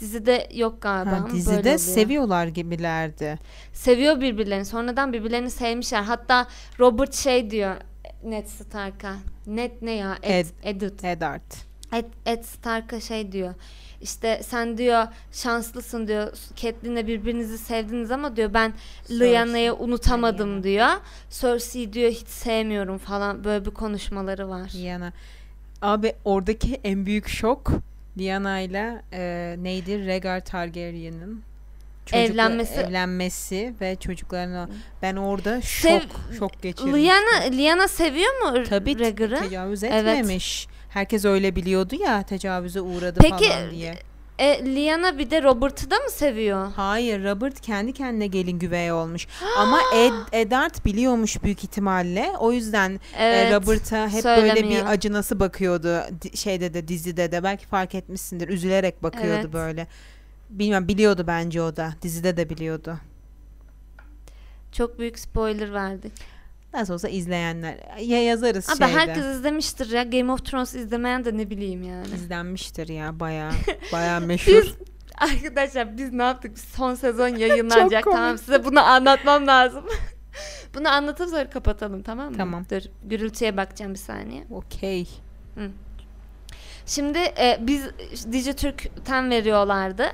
[SPEAKER 1] Dizide yok galiba.
[SPEAKER 2] Ha,
[SPEAKER 1] ama böyle
[SPEAKER 2] dizide
[SPEAKER 1] oluyor.
[SPEAKER 2] seviyorlar gibilerdi.
[SPEAKER 1] seviyor birbirlerini. Sonradan birbirlerini sevmişler. Hatta Robert şey diyor Ned Stark'a. Ned ne ya? E, Ed, Eddard.
[SPEAKER 2] Eddard.
[SPEAKER 1] Ed, Ed Stark'a şey diyor. İşte sen diyor şanslısın diyor. Catelyn'le birbirinizi sevdiniz ama diyor ben Lyanna'yı unutamadım
[SPEAKER 2] Lyanna.
[SPEAKER 1] diyor. Cersei'yi diyor hiç sevmiyorum falan böyle bir konuşmaları var.
[SPEAKER 2] Diana. Abi oradaki en büyük şok Diana ile e, neydi? Rhaegar Targaryen'in çocukla-
[SPEAKER 1] Evlenmesi.
[SPEAKER 2] evlenmesi ve çocuklarına ben orada şok
[SPEAKER 1] Sev-
[SPEAKER 2] şok geçirdim.
[SPEAKER 1] Lyanna, Lyanna seviyor mu
[SPEAKER 2] Tabii
[SPEAKER 1] Tabii,
[SPEAKER 2] t-
[SPEAKER 1] Rhaegar'ı?
[SPEAKER 2] tecavüz
[SPEAKER 1] Evet.
[SPEAKER 2] etmemiş. Herkes öyle biliyordu ya tecavüze uğradı
[SPEAKER 1] Peki,
[SPEAKER 2] falan diye.
[SPEAKER 1] E, Lyanna bir de Robert'ı da mı seviyor?
[SPEAKER 2] Hayır Robert kendi kendine gelin güvey olmuş. Ama Ed, Eddard biliyormuş büyük ihtimalle. O yüzden
[SPEAKER 1] Evet.
[SPEAKER 2] e, Robert'a hep böyle
[SPEAKER 1] söylemiyor.
[SPEAKER 2] bir acınası bakıyordu di- şeyde de dizide de belki fark etmişsindir üzülerek bakıyordu
[SPEAKER 1] Evet.
[SPEAKER 2] böyle. Bilmem biliyordu bence o da dizide de biliyordu.
[SPEAKER 1] Çok büyük spoiler verdik.
[SPEAKER 2] Nasıl olsa izleyenler ya yazarız
[SPEAKER 1] Abi
[SPEAKER 2] şeyde.
[SPEAKER 1] herkes izlemiştir ya. Game of Thrones izlemeyen de ne bileyim yani.
[SPEAKER 2] izlenmiştir ya baya baya meşhur.
[SPEAKER 1] Biz arkadaşlar biz ne yaptık? Biz Son sezon yayınlanacak.
[SPEAKER 2] Çok
[SPEAKER 1] tamam
[SPEAKER 2] komik.
[SPEAKER 1] size bunu anlatmam lazım. bunu anlatıp sonra kapatalım tamam mı?
[SPEAKER 2] Tamam.
[SPEAKER 1] Dur gürültüye bakacağım bir saniye.
[SPEAKER 2] Okey.
[SPEAKER 1] Şimdi e, biz Dijitürk'ten veriyorlardı.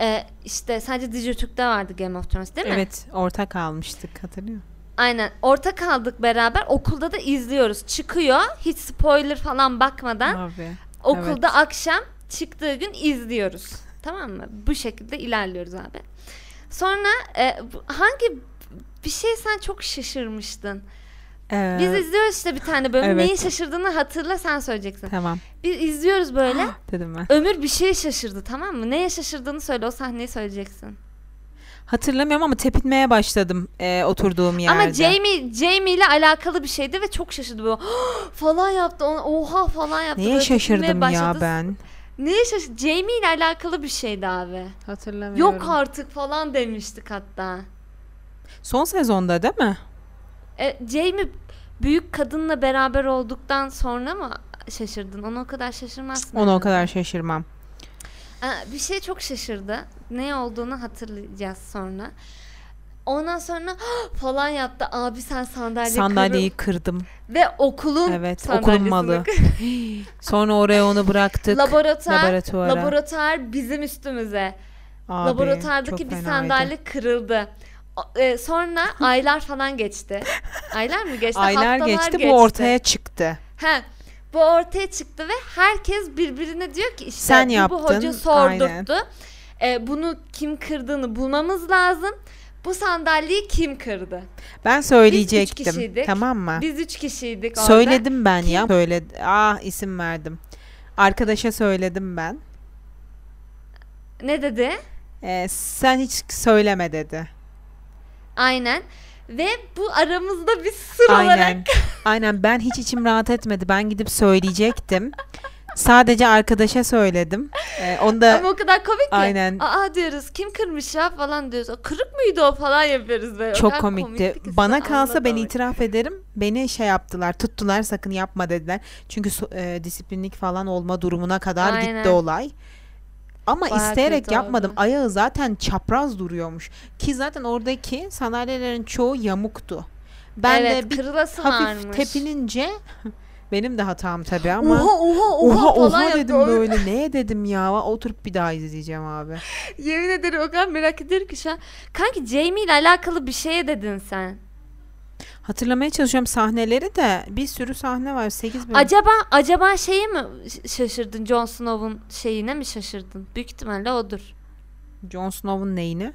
[SPEAKER 1] E, işte sadece Dijitürk'te vardı Game of Thrones değil mi?
[SPEAKER 2] Evet ortak almıştık hatırlıyor musun?
[SPEAKER 1] Aynen. Orta kaldık beraber. Okulda da izliyoruz. Çıkıyor. Hiç spoiler falan bakmadan.
[SPEAKER 2] Abi.
[SPEAKER 1] Okulda
[SPEAKER 2] Evet.
[SPEAKER 1] akşam çıktığı gün izliyoruz. Tamam mı? Bu şekilde ilerliyoruz abi. Sonra e, bu- hangi bir şey sen çok şaşırmıştın.
[SPEAKER 2] Ee,
[SPEAKER 1] Biz izliyoruz işte bir tane bölüm.
[SPEAKER 2] evet.
[SPEAKER 1] Neyin şaşırdığını hatırla sen söyleyeceksin.
[SPEAKER 2] Tamam
[SPEAKER 1] Biz izliyoruz böyle.
[SPEAKER 2] dedim ben.
[SPEAKER 1] Ömür bir şeye şaşırdı tamam mı? Neye şaşırdığını söyle o sahneyi söyleyeceksin.
[SPEAKER 2] Hatırlamıyorum ama tepinmeye başladım e, oturduğum yerde.
[SPEAKER 1] Ama Jamie Jamie ile alakalı bir şeydi ve çok şaşırdı böyle. falan yaptı. ona, Oha falan yaptı.
[SPEAKER 2] Neye
[SPEAKER 1] Böyle
[SPEAKER 2] şaşırdım
[SPEAKER 1] titremeye
[SPEAKER 2] ya
[SPEAKER 1] başladı.
[SPEAKER 2] ben?
[SPEAKER 1] Neye şaşırdı? Jamie ile alakalı bir şeydi abi.
[SPEAKER 2] Hatırlamıyorum.
[SPEAKER 1] Yok artık falan demiştik hatta.
[SPEAKER 2] Son sezonda değil mi?
[SPEAKER 1] E, Jamie büyük kadınla beraber olduktan sonra mı şaşırdın? Ona o kadar şaşırmazsın.
[SPEAKER 2] Ona o
[SPEAKER 1] herhalde.
[SPEAKER 2] kadar şaşırmam.
[SPEAKER 1] Aa, bir şey çok şaşırdı. Ne olduğunu hatırlayacağız sonra. Ondan sonra "Ah!" falan yaptı. Abi sen sandalye
[SPEAKER 2] Sandalyeyi kırdım.
[SPEAKER 1] kırıl- Ve okulun
[SPEAKER 2] Evet,
[SPEAKER 1] sandalyesini
[SPEAKER 2] okulun malı. Sonra oraya onu bıraktık.
[SPEAKER 1] Laboratuvar,
[SPEAKER 2] Laboratuvara.
[SPEAKER 1] laboratuvar bizim üstümüze.
[SPEAKER 2] Abi,
[SPEAKER 1] Laboratuvardaki
[SPEAKER 2] çok
[SPEAKER 1] bir
[SPEAKER 2] fenaydı.
[SPEAKER 1] sandalye kırıldı. O- e, sonra aylar falan geçti. Aylar mı geçti?
[SPEAKER 2] Aylar
[SPEAKER 1] Haftalar
[SPEAKER 2] geçti, bu ortaya çıktı.
[SPEAKER 1] He, bu ortaya çıktı ve herkes birbirine diyor ki işte
[SPEAKER 2] Sen
[SPEAKER 1] bu,
[SPEAKER 2] yaptın,
[SPEAKER 1] bu hoca sordurttu. E, bunu kim kırdığını bulmamız lazım. Bu sandalyeyi kim kırdı?
[SPEAKER 2] Ben söyleyecektim.
[SPEAKER 1] kişiydik.
[SPEAKER 2] tamam mı?
[SPEAKER 1] Biz üç kişiydik orada.
[SPEAKER 2] Söyledim ben ya. Söyledim. Ah isim verdim. Arkadaşa söyledim ben.
[SPEAKER 1] Ne dedi?
[SPEAKER 2] Ee, sen hiç söyleme dedi.
[SPEAKER 1] Aynen. Ve bu aramızda bir sır olarak
[SPEAKER 2] Aynen. Aynen ben hiç içim rahat etmedi. Ben gidip söyleyecektim. Sadece arkadaşa söyledim. Ee, onu da
[SPEAKER 1] Ama o kadar komik ki.
[SPEAKER 2] Aynen.
[SPEAKER 1] Aa diyoruz kim kırmış ya falan diyoruz. "O kırık mıydı o falan yapıyoruz böyle. O
[SPEAKER 2] çok
[SPEAKER 1] kadar
[SPEAKER 2] komikti.
[SPEAKER 1] ki
[SPEAKER 2] Bana
[SPEAKER 1] sen
[SPEAKER 2] kalsa ben
[SPEAKER 1] anlatamam.
[SPEAKER 2] itiraf ederim. Beni şey yaptılar, tuttular sakın yapma dediler. Çünkü so- e, disiplinlik falan olma durumuna kadar gitti
[SPEAKER 1] Aynen.
[SPEAKER 2] olay. Ama
[SPEAKER 1] Bayağı
[SPEAKER 2] isteyerek
[SPEAKER 1] kötü
[SPEAKER 2] yapmadım.
[SPEAKER 1] oldu.
[SPEAKER 2] Ayağı zaten çapraz duruyormuş. Ki zaten oradaki sandalyelerin çoğu yamuktu. Ben
[SPEAKER 1] evet,
[SPEAKER 2] de bir
[SPEAKER 1] kırılasın
[SPEAKER 2] hafif
[SPEAKER 1] ağrımış.
[SPEAKER 2] tepinince benim de hatam tabii ama
[SPEAKER 1] Oha oha oha,
[SPEAKER 2] Oha
[SPEAKER 1] falan
[SPEAKER 2] oha
[SPEAKER 1] yaptı.
[SPEAKER 2] dedim
[SPEAKER 1] O-
[SPEAKER 2] böyle. Ne dedim ya? Oturup bir daha izleyeceğim abi.
[SPEAKER 1] Yemin ederim o kadar merak ediyorum ki şu an. Kanki Jamie ile alakalı bir şeye dedin sen.
[SPEAKER 2] Hatırlamaya çalışıyorum sahneleri de. Bir sürü sahne var. 8 bölüm.
[SPEAKER 1] Acaba acaba şeyi mi ş- şaşırdın? Jon Snow'un şeyine mi şaşırdın? Büyük ihtimalle odur.
[SPEAKER 2] Jon Snow'un neyini?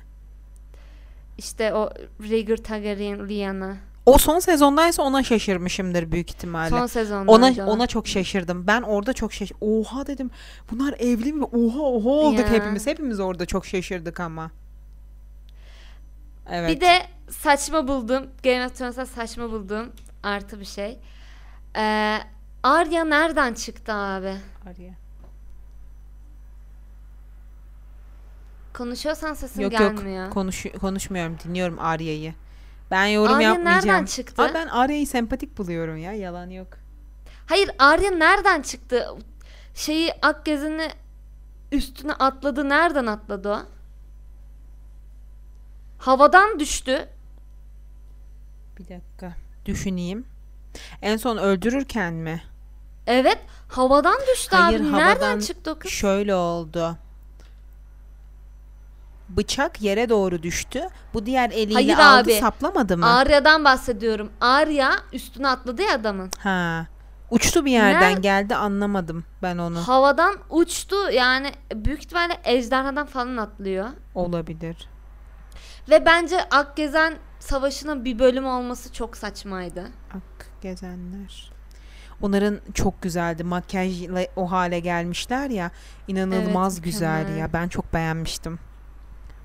[SPEAKER 1] İşte o Rhaegar Targaryen Lyanna.
[SPEAKER 2] O son sezondaysa ona şaşırmışımdır büyük ihtimalle.
[SPEAKER 1] Son sezonda.
[SPEAKER 2] ona
[SPEAKER 1] acaba.
[SPEAKER 2] ona çok şaşırdım. Ben orada çok şaş. Oha dedim. Bunlar evli mi? Oha oha olduk
[SPEAKER 1] Ya.
[SPEAKER 2] hepimiz. Hepimiz orada çok şaşırdık ama. Evet.
[SPEAKER 1] Bir de saçma buldum. Game of Thrones'ta saçma buldum. Artı bir şey. Ee, Arya nereden çıktı abi?
[SPEAKER 2] Arya.
[SPEAKER 1] Konuşuyorsan sesim
[SPEAKER 2] Yok
[SPEAKER 1] gelmiyor.
[SPEAKER 2] yok. Konuş konuşmuyorum. Dinliyorum Arya'yı. Ben yorum
[SPEAKER 1] Arya nereden
[SPEAKER 2] yapmayacağım.
[SPEAKER 1] çıktı?
[SPEAKER 2] Abi ben Arya'yı sempatik buluyorum ya. Yalan yok.
[SPEAKER 1] Hayır Arya nereden çıktı? Şeyi Akgez'ini üstüne atladı. Nereden atladı o? Havadan düştü.
[SPEAKER 2] Bir dakika. Düşüneyim. En son öldürürken mi?
[SPEAKER 1] Evet havadan düştü
[SPEAKER 2] Hayır,
[SPEAKER 1] abi.
[SPEAKER 2] havadan
[SPEAKER 1] Nereden çıktı o kız?
[SPEAKER 2] Şöyle oldu. Bıçak yere doğru düştü. Bu diğer eliyle
[SPEAKER 1] Hayır
[SPEAKER 2] aldı
[SPEAKER 1] abi.
[SPEAKER 2] saplamadı mı?
[SPEAKER 1] Arya'dan bahsediyorum. Arya üstüne atladı ya adamın.
[SPEAKER 2] ha. Uçtu bir yerden
[SPEAKER 1] Ner-
[SPEAKER 2] geldi anlamadım ben onu.
[SPEAKER 1] Havadan uçtu yani büyük ihtimalle ejderhadan falan atlıyor.
[SPEAKER 2] Olabilir.
[SPEAKER 1] Ve bence Akgezen Savaşı'nın bir bölüm olması çok saçmaydı.
[SPEAKER 2] Ak gezenler. Onların çok güzeldi. Makyajla o hale gelmişler ya. İnanılmaz
[SPEAKER 1] Evet,
[SPEAKER 2] güzel
[SPEAKER 1] mükemmel.
[SPEAKER 2] ya. Ben çok beğenmiştim.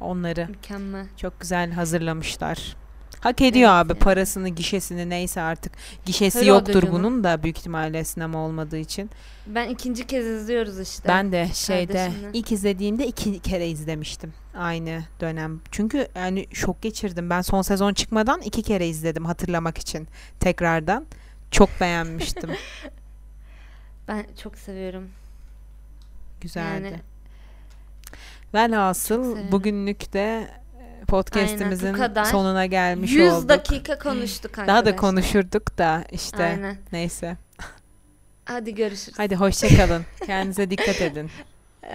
[SPEAKER 2] Onları
[SPEAKER 1] Mükemmel.
[SPEAKER 2] çok güzel hazırlamışlar. Hak ediyor
[SPEAKER 1] Evet
[SPEAKER 2] abi
[SPEAKER 1] ya.
[SPEAKER 2] parasını, gişesini neyse artık. Gişesi
[SPEAKER 1] Öyle oldu
[SPEAKER 2] yoktur
[SPEAKER 1] canım.
[SPEAKER 2] bunun da büyük ihtimalle sinema olmadığı için.
[SPEAKER 1] Ben ikinci kez izliyoruz işte.
[SPEAKER 2] Ben de şeyde
[SPEAKER 1] kardeşimle.
[SPEAKER 2] ilk izlediğimde iki kere izlemiştim aynı dönem. Çünkü yani şok geçirdim. Ben son sezon çıkmadan iki kere izledim hatırlamak için tekrardan. Çok beğenmiştim.
[SPEAKER 1] Ben çok seviyorum.
[SPEAKER 2] Güzeldi.
[SPEAKER 1] Yani-
[SPEAKER 2] Velhasıl
[SPEAKER 1] severim.
[SPEAKER 2] bugünlük de e, podcast'imizin
[SPEAKER 1] kadar.
[SPEAKER 2] sonuna gelmiş
[SPEAKER 1] 100
[SPEAKER 2] olduk.
[SPEAKER 1] dakika konuştuk
[SPEAKER 2] Daha da
[SPEAKER 1] arkadaşlar.
[SPEAKER 2] konuşurduk da işte
[SPEAKER 1] Aynen.
[SPEAKER 2] neyse.
[SPEAKER 1] Hadi görüşürüz.
[SPEAKER 2] Hadi hoşça kalın. Kendinize dikkat edin.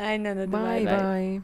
[SPEAKER 1] Aynen hadi
[SPEAKER 2] bye
[SPEAKER 1] bay. bay.
[SPEAKER 2] bye.